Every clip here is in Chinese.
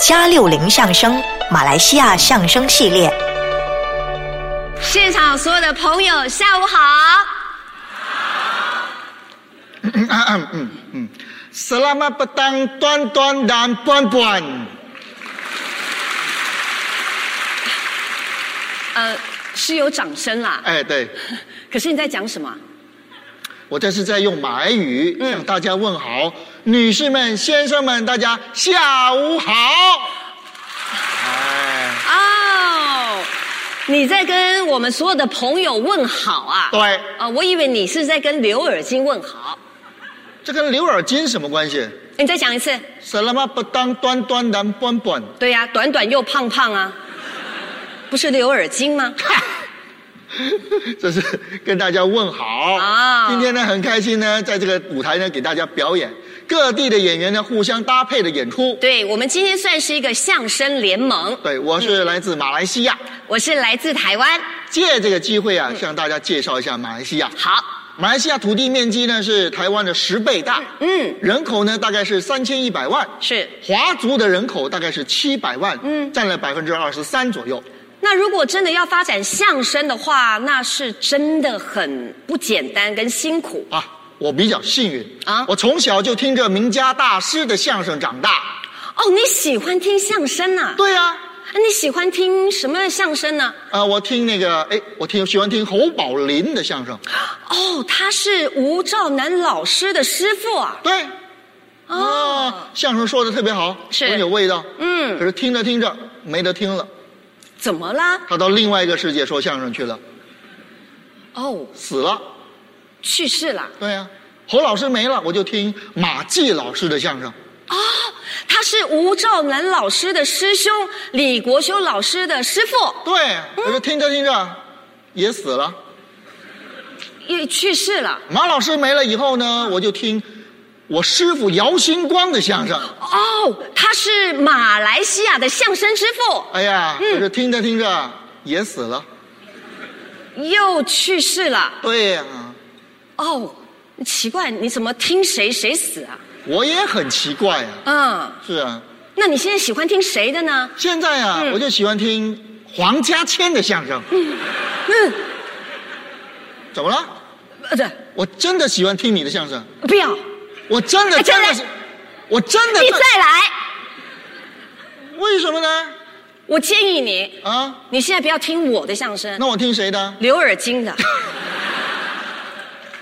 加六零相声马来西亚相声系列。现场所有的朋友，下午好。 Selamat petang tuan-tuan dan puan-puan. 呃，是有掌声啦。哎，对，可是你在讲什么啊？我这是在用马来语向大家问好，女士们、先生们，大家下午好。哎，哦，你在跟我们所有的朋友问好啊？对啊，我以为你是在跟刘尔金问好。这跟刘尔金什么关系你再讲一次。 ？Selamat petang tuan-tuan dan puan-puan。对呀、短短又胖胖啊，不是刘尔金吗？这是跟大家问好啊今天呢，很开心呢，在这个舞台呢，给大家表演各地的演员呢互相搭配的演出。对，我们今天算是一个相声联盟。对，我是来自马来西亚，我是来自台湾。借这个机会啊，向大家介绍一下马来西亚。好，马来西亚土地面积呢是台湾的十倍大，嗯，人口呢大概是三千一百万，是。华族的人口大概是七百万，嗯占了百分之二十三左右。那如果真的要发展相声的话，那是真的很不简单跟辛苦。啊，我比较幸运啊我从小就听着名家大师的相声长大。哦，你喜欢听相声呐、对呀、啊，啊？你喜欢听什么相声呢？啊我听那个，哎，我听喜欢听侯宝林的相声。哦，他是吴兆南老师的师傅啊。对，哦，啊，相声说的特别好，是很有味道。嗯可是听着听着没得听了，怎么啦？他到另外一个世界说相声去了，哦，死了。去世了。对呀、侯老师没了，我就听马季老师的相声。哦，他是吴兆南老师的师兄，李国修老师的师傅，对，我就听着听着，也死了。也去世了。马老师没了以后呢，我就听我师傅姚星光的相声。哦，他是马来西亚的相声之父，哎呀，我就听着听着也死了。又去世了。对呀、哦，奇怪，你怎么听谁谁死啊？我也很奇怪呀、嗯，是啊，那你现在喜欢听谁的呢？现在呀、我就喜欢听黄家千的相声。嗯，怎么了？呃，对，我真的喜欢听你的相声，不要，我真的哎真真的的是，我真的你再来。为什么呢？我建议你，啊，你现在不要听我的相声，那我听谁的？刘尔金 的。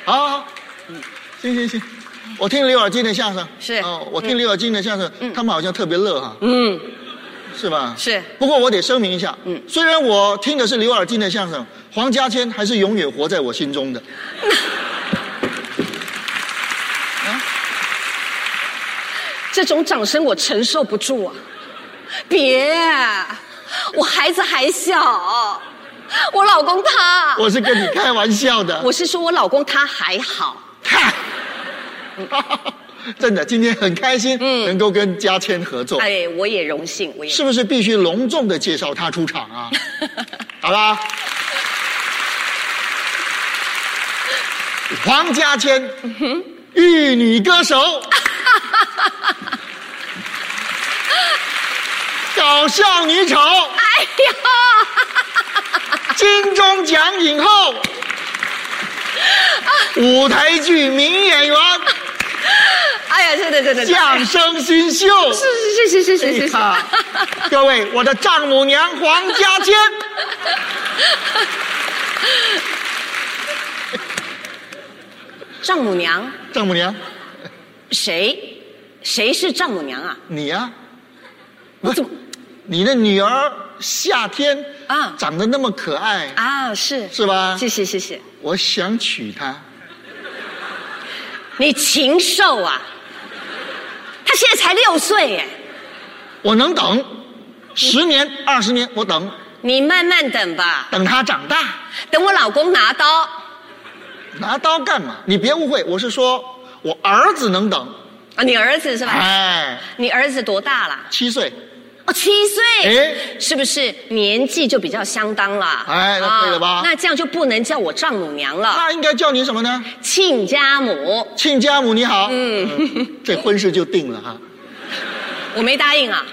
好，好，行行行，我听刘尔金的相声是哦，我听刘尔金的相声，他们好像特别乐哈，嗯，是吧？是不过我得声明一下，嗯，虽然我听的是刘尔金的相声，黄家千还是永远活在我心中的。这种掌声我承受不住啊！别，啊我孩子还小，我老公他，我是跟你开玩笑的，啊我是说我老公他还好。看， 真的，今天很开心，嗯能够跟家千合作，哎，我也荣幸，我也哦是不是必须隆重的介绍他出场啊？好吧。黄家千，玉女歌手，搞笑女丑，哎呀，金钟奖影后，舞台剧名演员，哎呀，真的真的，真的相声新秀。是是是是是是是，啊， 各位，我的丈母娘黄家千。丈母娘丈母娘，谁？谁是丈母娘啊？你呀、我怎么你的女儿夏天啊长得那么可爱，啊？是是吧谢谢谢谢，我想娶她。你禽兽啊！他现在才六岁耶，我能等十年、二十年，我等你慢慢等吧，等她长大。等我老公拿刀。拿刀干嘛？你别误会，我是说我儿子能等。啊，你儿子是吧？哎，你儿子多大啦？七岁，哦，七岁，哎是不是年纪就比较相当啦？哎那啊对了吧那这样就不能叫我丈母娘了，那应该叫你什么呢？亲家母，亲家嗯母，你好。嗯，这婚事就定了哈。我没答应啊。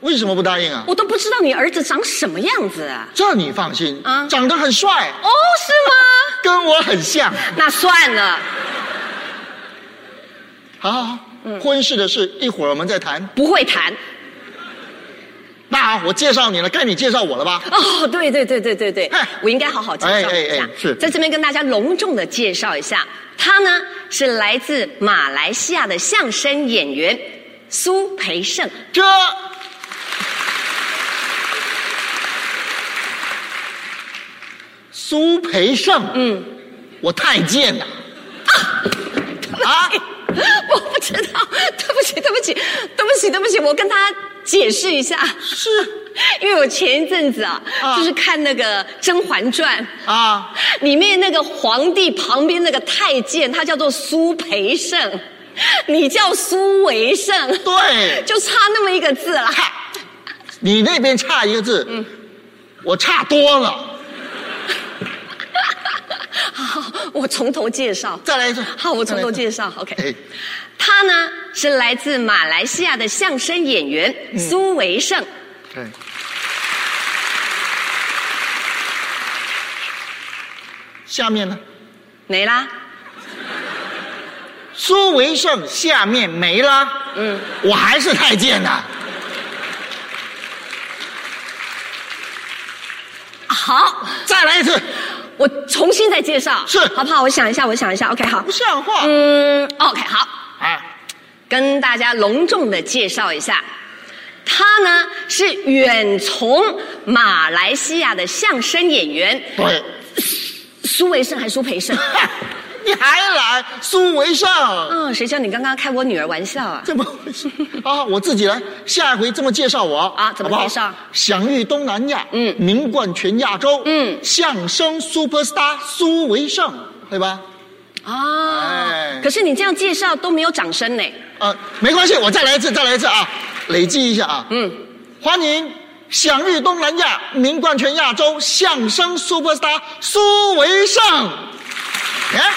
为什么不答应啊？我都不知道你儿子长什么样子啊。这你放心啊长得很帅，哦，是吗？跟我很像。那算了，好好好，嗯婚事的事一会儿我们再谈。不会谈。那好，我介绍你了，该你介绍我了吧？ 哦，对对对对对对哎，我应该好好介绍一下。哎哎哎是在这边跟大家隆重的介绍一下，他呢是来自马来西亚的相声演员苏培盛。 这苏培盛，嗯，我太贱 了啊！我不知道， 对不起，对不起，对不起，对不起，我跟他解释一下， 是因为我前一阵子啊，啊就是看那个《甄嬛传》。啊，里面那个皇帝旁边那个太监，他叫做苏培盛，你叫苏维盛，对 就差那么一个字啦。你那边差一个字，嗯我差多了。好，我从头介绍。再来一次，好，我从头绍。介绍。OK，、哎，他呢是来自马来西亚的相声演员、嗯苏维盛。对，下面呢？没啦，苏维盛下面没了，嗯，我还是太监呐。好，再来一次，我重新再介绍，是好不好？我想一下，我想一下。OK，好不，像话、嗯，OK，好。啊！跟大家隆重的介绍一下，他呢是远从马来西亚的相声演员对，苏维盛还是苏培 盛？哈你还来苏维盛？嗯、谁叫你刚刚开我女儿玩笑啊？怎么 回事？啊，我自己来，下一回这么介绍我啊怎么好不好介绍享誉东南亚，嗯名冠全亚洲，嗯相声 super star 苏维盛，对吧？啊哎！可是你这样介绍都没有掌声呢。啊，没关系，我再来一次，再来一次啊，累积一下啊。嗯，欢迎享誉东南亚、名冠全亚洲相声 super star 苏维盛。哎，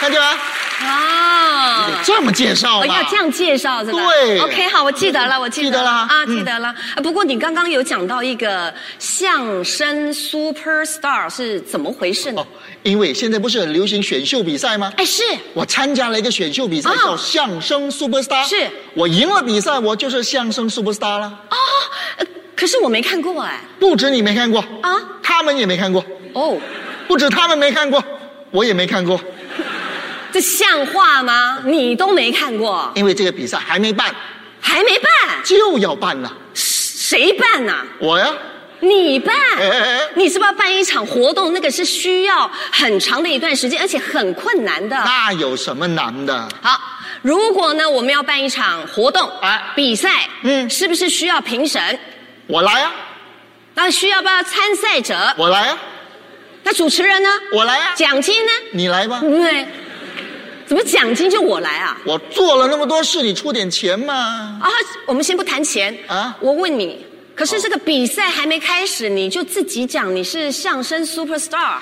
看见吗？哦得啊。这么介绍我吗？要这样介绍这个。对 OK，好，我记得了，我记记得了啊，嗯记得了。啊不过你刚刚有讲到一个相声 super star 是怎么回事呢哦？，因为现在不是很流行选秀比赛吗？哎，是我参加了一个选秀比赛，哦叫相声 super star。是我赢了比赛，我就是相声 super star 了。呃，可是我没看过哎。不止你没看过啊他们也没看过，哦，不止他们没看过，我也没看过，这像话吗？你都没看过，因为这个比赛还没办，还没办，就要办了。谁办呐、我呀，你办哎哎哎，你是不是要办一场活动？那个是需要很长的一段时间，而且很困难的。那有什么难的？好，如果呢我们要办一场活动哎比赛，嗯是不是需要评审？我来呀，那需要不要参赛者？我来呀，啊那主持人呢？我来呀，奖金呢？你来吧。对，怎么奖金就我来啊？我做了那么多事，你出点钱嘛。 啊，我们先不谈钱啊啊。我问你，可是这个比赛还没开始，你就自己讲你是相声 super star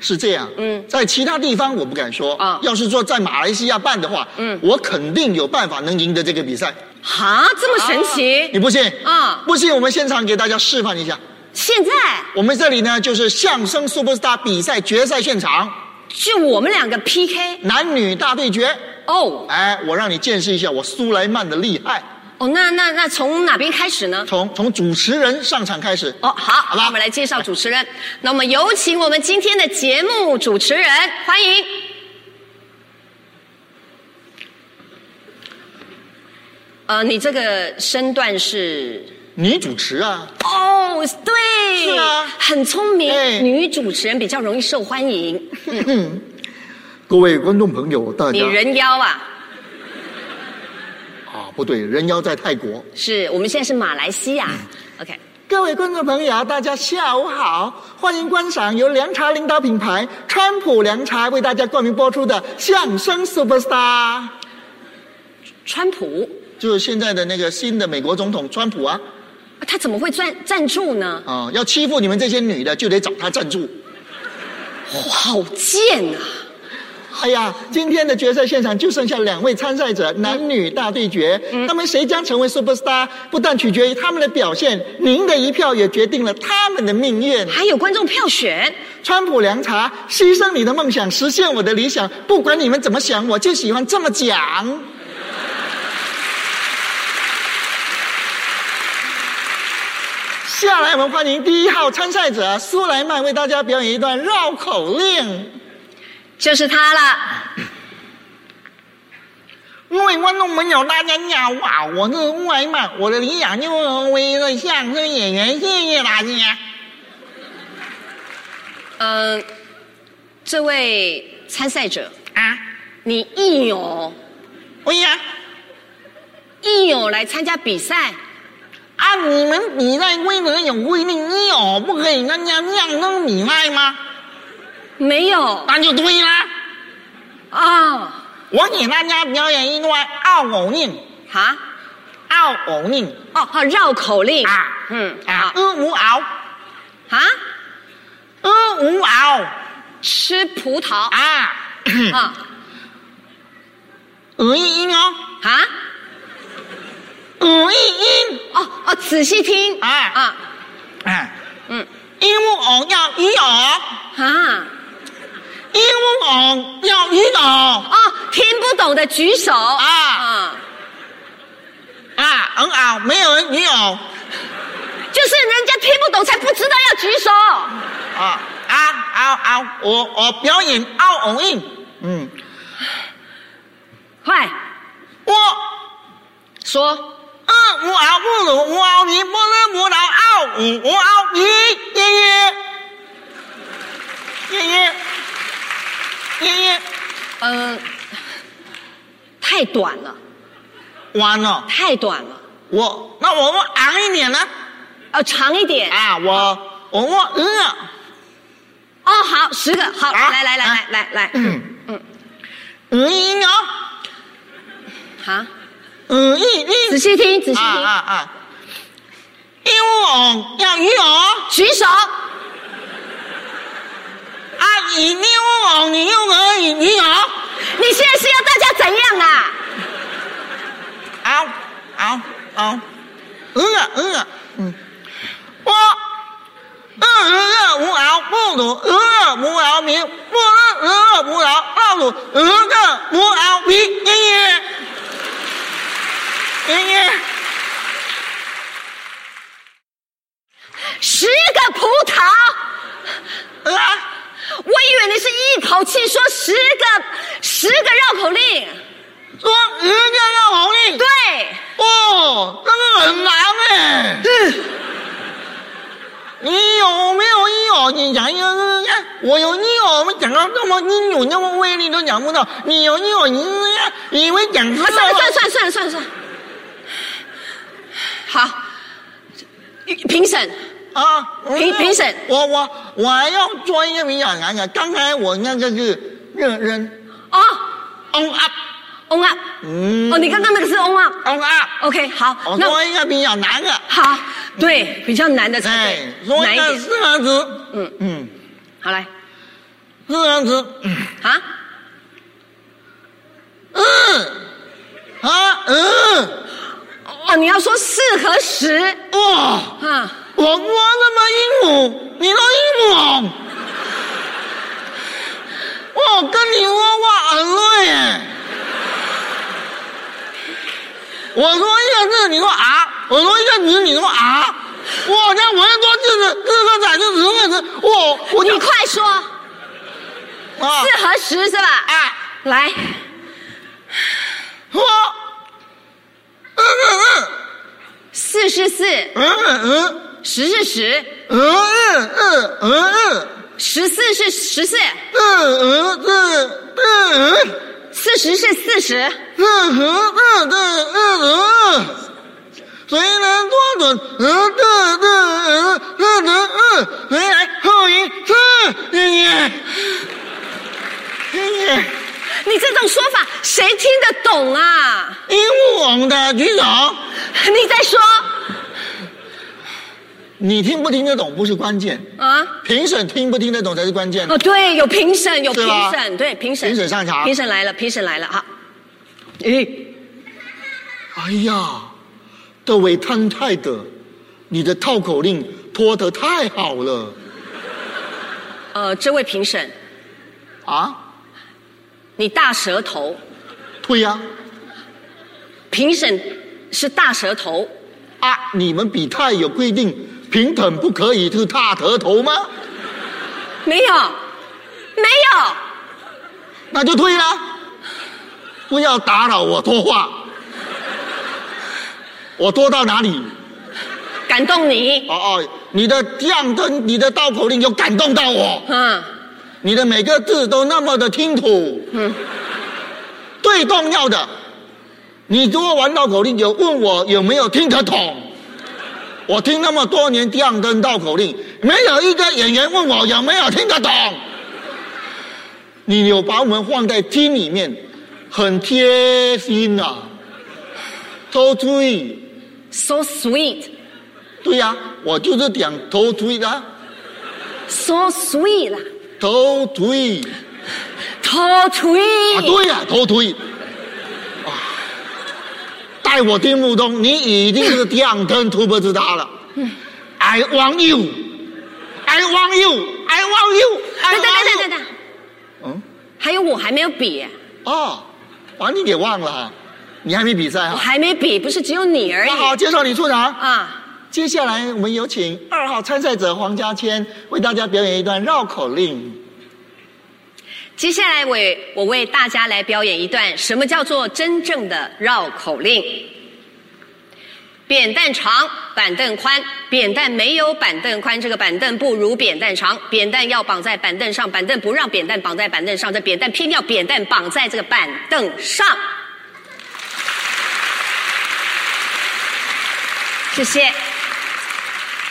是这样，嗯在其他地方我不敢说啊要是说在马来西亚办的话，嗯我肯定有办法能赢得这个比赛。哈，这么神奇？你不信？啊不信我们现场给大家示范一下。现在我们这里呢就是相声 Super Star 比赛决赛现场，就我们两个 PK 男女大对决。哦哎，我让你见识一下我苏莱曼的厉害。哦，那那那从哪边开始呢？从从主持人上场开始。哦，好，吧那我们来介绍主持人。那我们有请我们今天的节目主持人，欢迎。呃，你这个身段是女主持啊，哦，对，是啊很聪明、哎女主持人比较容易受欢迎。各位观众朋友，大你家人妖啊？啊，不对，人妖在泰国。是我们现在是马来西亚。OK，嗯各位观众朋友，啊大家下午好，欢迎观赏由凉茶领导品牌川普凉茶为大家冠名播出的相声 Super Star，川普就是现在的那个新的美国总统川普啊，他怎么会赞赞助呢？啊、要欺负你们这些女的就得找他赞助。哇，好贱啊！哎呀，今天的决赛现场就剩下两位参赛者，男女大对决，他们谁将成为 super star，不但取决于他们的表现，您的一票也决定了他们的命运。还有观众票选，川普凉茶，牺牲你的梦想，实现我的理想。不管你们怎么想，我就喜欢这么讲。下来，我们欢迎第一号参赛者苏莱曼为大家表演一段绕口令。就是他了。因为观众朋友，大家好啊，我是乌来曼，我的理想就是为了相声演员，谢谢大家。嗯、这位参赛者，啊，你一有喂呀，一有来参加比赛，啊，你们比赛规则有规定，你有不可以参加相声比赛吗？没有那就对啦。啊？我给大家表演一段绕口令，哈？绕口令哦，好绕口令啊嗯，啊，好呃无敖，啊，呃无敖吃葡萄啊啊， 啊呃一音哦，呃一音哦哦，仔细听啊啊啊，嗯鹦鹉偶要鱼偶。啊鹦鹉偶要鱼偶啊，哦，听不懂的举手 À, 啊，嗯啊，没有人鱼偶就是人家听不懂才不知道要举手。啊啊啊啊！我我表演奥偶印，嗯，快我说，二无敖不鲁无敖尼波勒无劳奥五无敖尼耶耶耶耶耶耶，嗯、太短了，完了，太短了，我那我们昂一点呢？呃，长一点。啊，我我我嗯。哦，好，十个，好，啊来来来啊来来来，嗯嗯，嗯一鸟，好，嗯一一仔细听，仔细啊啊听，啊！鹦鹉偶要鱼偶，啊，举手。你鹦鹉偶你又可以鱼偶，你现在是要大家怎样啊？嗷嗷嗷，嗯啊嗯啊嗯，我二十个无敖不鲁，二无敖名，不二二无敖二鲁，二个无敖名，爷爷爷爷，十个葡萄，呃啊我以为你是一口气说十个十个绕口令，说人家要红利。对。哦，那个很难哎。你有没有你有？你讲一个，看我有你有，我们讲到这么清楚，那么威力都讲不到。你有你有，你你以为讲知啊，道算了吗算了算了算了算了算了，好，评审啊？评我评审我我我还要做一个比较难的。刚才我那个是认真哦 on up ，on up，嗯哦，你刚刚那个是 on up，OK，、 on up， OK，好，我那做一个比较难的。好，对，比较难的才哎，对，说难一一个点，四个字，嗯，嗯，好来，四个字。嗯啊，嗯，啊，嗯，哦，你要说四和十，哇，啊，我摸那么鹦鹉，你都鹦鹉，哇，我跟你说话很累耶。我说一个字，你说啊；我说一个字，你说啊。哇，那我要说字字字个仔就十个字，我我就你快说，啊四和十是吧？啊，来，我嗯四是四，嗯嗯嗯十是十，嗯嗯嗯嗯嗯。十四是十四，嗯嗯嗯嗯嗯四十是四十。嗯嗯嗯嗯，谁能做准？嗯嗯嗯嗯嗯嗯，谁来后赢？是爷爷，爷爷，你这种说法谁听得懂啊？鹦鹉王的举手，你在说嗯你听不听得懂不是关键，啊？评审听不听得懂才是关键。哦，对，有评审，有评是吧审，对，评审，评审上场评审来了，评审来了啊！诶，哎呀，这位贪太的，你的套口令拖得太好了呃，这位评审，啊！你大舌头，对呀、评审是大舌头，啊，你们比泰有规定，平等不可以是大舌头吗？没有，没有，那就对了，不要打扰我说话。我多到哪里？感动你，哦哦，你的降灯，你的道口令有感动到我，嗯，你的每个字都那么的清楚。嗯。最重要的，你如果玩绕口令，有问我有没有听得懂？我听那么多年降灯绕口令，没有一个演员问我有没有听得懂。你有把我们放在心里面，很贴心啊，都注意。 so sweet, 对呀、我就是讲头推啦， so sweet 啦，头推头锤， 啊，对呀、头推啊，在我心目中，你已经是第二根突破之他了。I 嗯 want you, I want you, I want you, I 等等等 want 等 you。等等，啊嗯，还有我还没有比，哦，把你给忘了啊，你还没比赛我啊？还没比，不是只有你而已那好，介绍你出场。啊！接下来我们有请二号参赛者黄家千为大家表演一段绕口令。接下来为我为大家来表演一段什么叫做真正的绕口令。扁担长，板凳宽，扁担没有板凳宽，这个板凳不如扁担长，扁担要绑在板凳上，板凳不让扁担绑在板凳上，这扁担偏要扁担绑在这个板凳上。谢谢。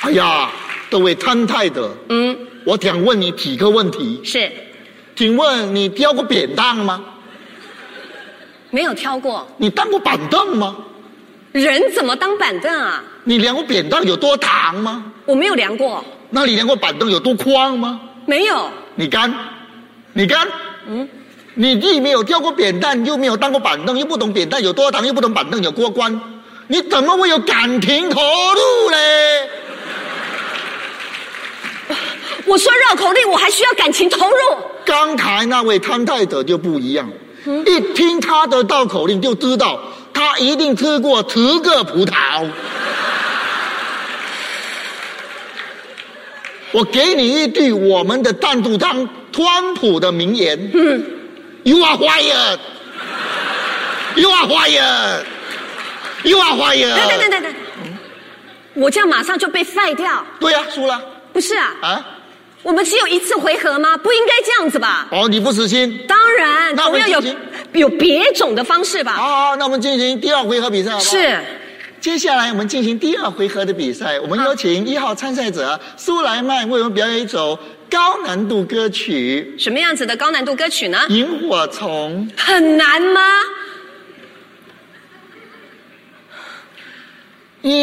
哎呀，各位参赛者，嗯，我想问你几个问题，是请问你挑过扁担吗？没有挑过，你当过板凳吗？人怎么当板凳啊？你量过扁担有多长吗？我没有量过，那你量过板凳有多宽吗？没有。你干，你干，嗯，你既没有挑过扁担，又没有当过板凳，又不懂扁担有多长，又不懂板凳有多宽，你怎么会有感情投入嘞？我说绕口令，我还需要感情投入。刚才那位参赛者就不一样，嗯一听他的绕口令就知道他一定吃过十个 葡萄。我给你一句我们的赞助商川普的名言、y 嗯 o u are fired, you are fired, you are 等等等 fired。等等，我这样马上就被废掉？对呀、输了不是啊，啊！我们只有一次回合吗？不应该这样子吧？哦，你不死心。当然，那我总要们有进有别种的方式吧？好好，那我们进行第二回合比赛好不好？啊是，接下来我们进行第二回合的比赛，我们有请一号参赛者苏莱曼为我们表演一首高难度歌曲什么样子的高难度歌曲呢？ 《萤火虫》。很难吗？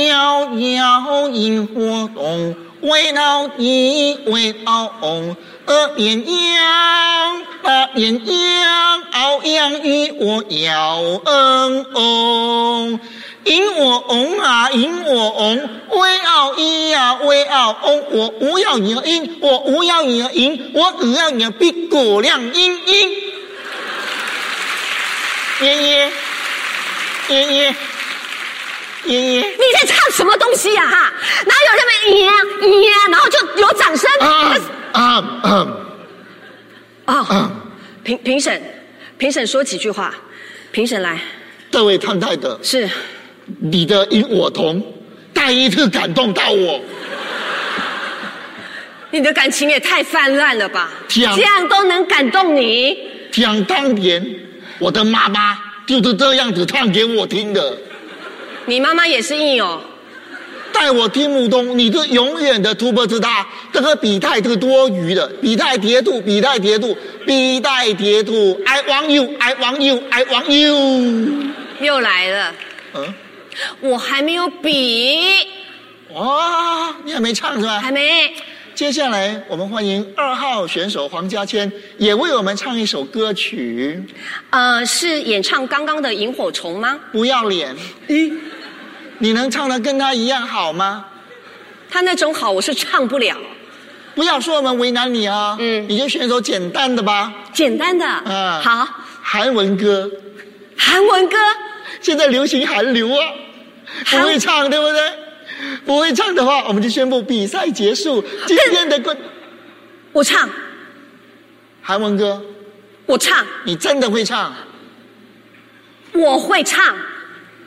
摇摇萤火虫，围绕你围绕红，二鸳鸯，八鸳鸯，鸳鸯与我摇嗯哦。萤火红啊，萤火红，围绕你呀，围绕红。我不要你的鹰，我不要你的鹰，我只要你的屁股亮晶晶。爷爷，爷爷，爷爷。你在唱什么东西呀、哈，哪有这么耶耶，然后就有掌声？啊啊啊！哦嗯，评评审，评审说几句话，评审来这位参赛者，是。你的萤火虫再一次感动到我。你的感情也太泛滥了吧！这样都能感动你？想当年，我的妈妈就是这样子唱给我听的。你妈妈也是硬哦，在我心目中，你是永远的 super star。这个比赛是多余的，比赛叠度，比赛叠度，比赛叠度。I want you, I want you, I want you。又来了，嗯，我还没有比。哇，你还没唱是吧？还没，接下来我们欢迎二号选手黄家千，也为我们唱一首歌曲《呃，是演唱刚刚的萤火虫吗？不要脸》。咦，你能唱的跟他一样好吗？他那种好我是唱不了，不要说我们为难你啊，嗯，你就选首简单的吧，简单的。嗯好，韩文歌，韩文歌，现在流行韩流啊，不韩会唱对不对？不会唱的话，我们就宣布比赛结束。今天的冠我唱，韩文歌，我唱，你真的会唱？我会唱。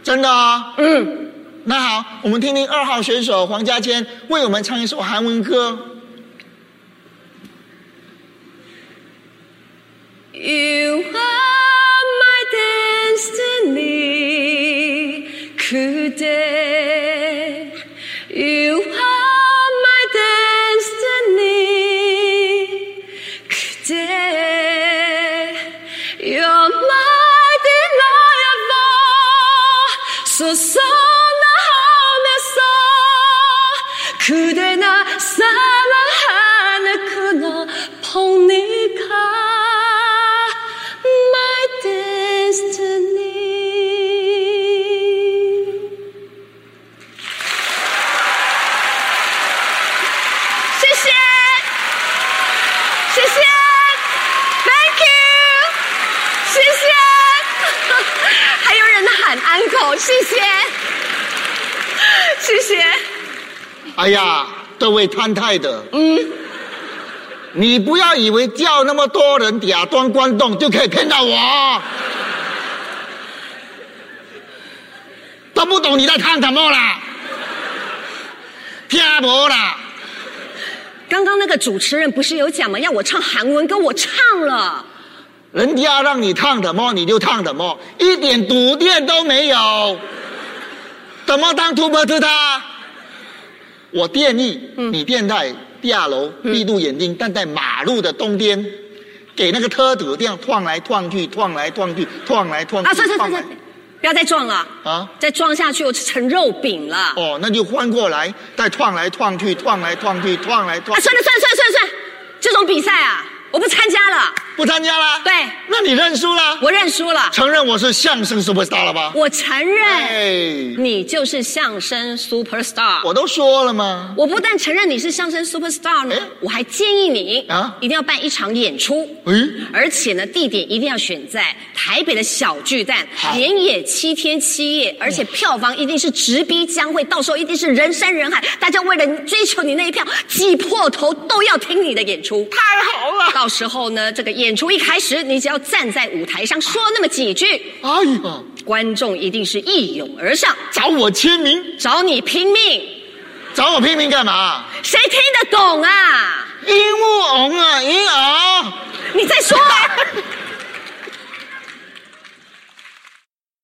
真的啊、嗯，那好，我们听听二号选手黄家千为我们唱一首韩文歌。 You are my destiny, 그대. You are my destiny, 그대. You're my deliverer, 소선하면서 그대 나 사랑하는 그너 폭리가 my destiny 谢谢，谢谢，Thank you，谢谢， 还有人喊 uncle，谢谢， 谢谢， 哎呀，各位摊太的，嗯，你不要以为叫那么多人假装观众就可以骗到我哦，都不懂你在唱什么啦，听不啦，刚刚那个主持人不是有讲吗？要我唱韩文歌，我唱了。人家让你唱什么你就唱什么，一点主见都没有，怎么当突破特他？我建议嗯你店在地下楼闭住眼睛，站在马路的东边，给那个车子这样撞来撞去，撞来撞去，撞来撞去。啊，算算算撞来算，不要再撞了哦啊再撞下去我就成肉饼了。啊，哦，那就翻过来，再撞来撞去，撞来撞去，撞来撞啊去。算了算了算了算了算了，这种比赛啊，我不参加了，不参加啦？对那你认输啦？我认输了，承认我是相声 superstar 了吧？我承认哎，你就是相声 super star。我都说了嘛，我不但承认你是相声 super star 呢哎，我还建议你啊一定要办一场演出。哎而且呢，地点一定要选在台北的小巨蛋，好连演七天七夜，而且票房一定是直逼将会，到时候一定是人山人海，大家为了追求你那一票，挤破头都要听你的演出。太好了。到时候呢，这个演出一开始，你只要站在舞台上说那么几句，哎呀，观众一定是一涌而上，找我签名，找你拼命，找我拼命干嘛？谁听得懂啊？鹦鹉红啊，鹦鹉。你再说啊！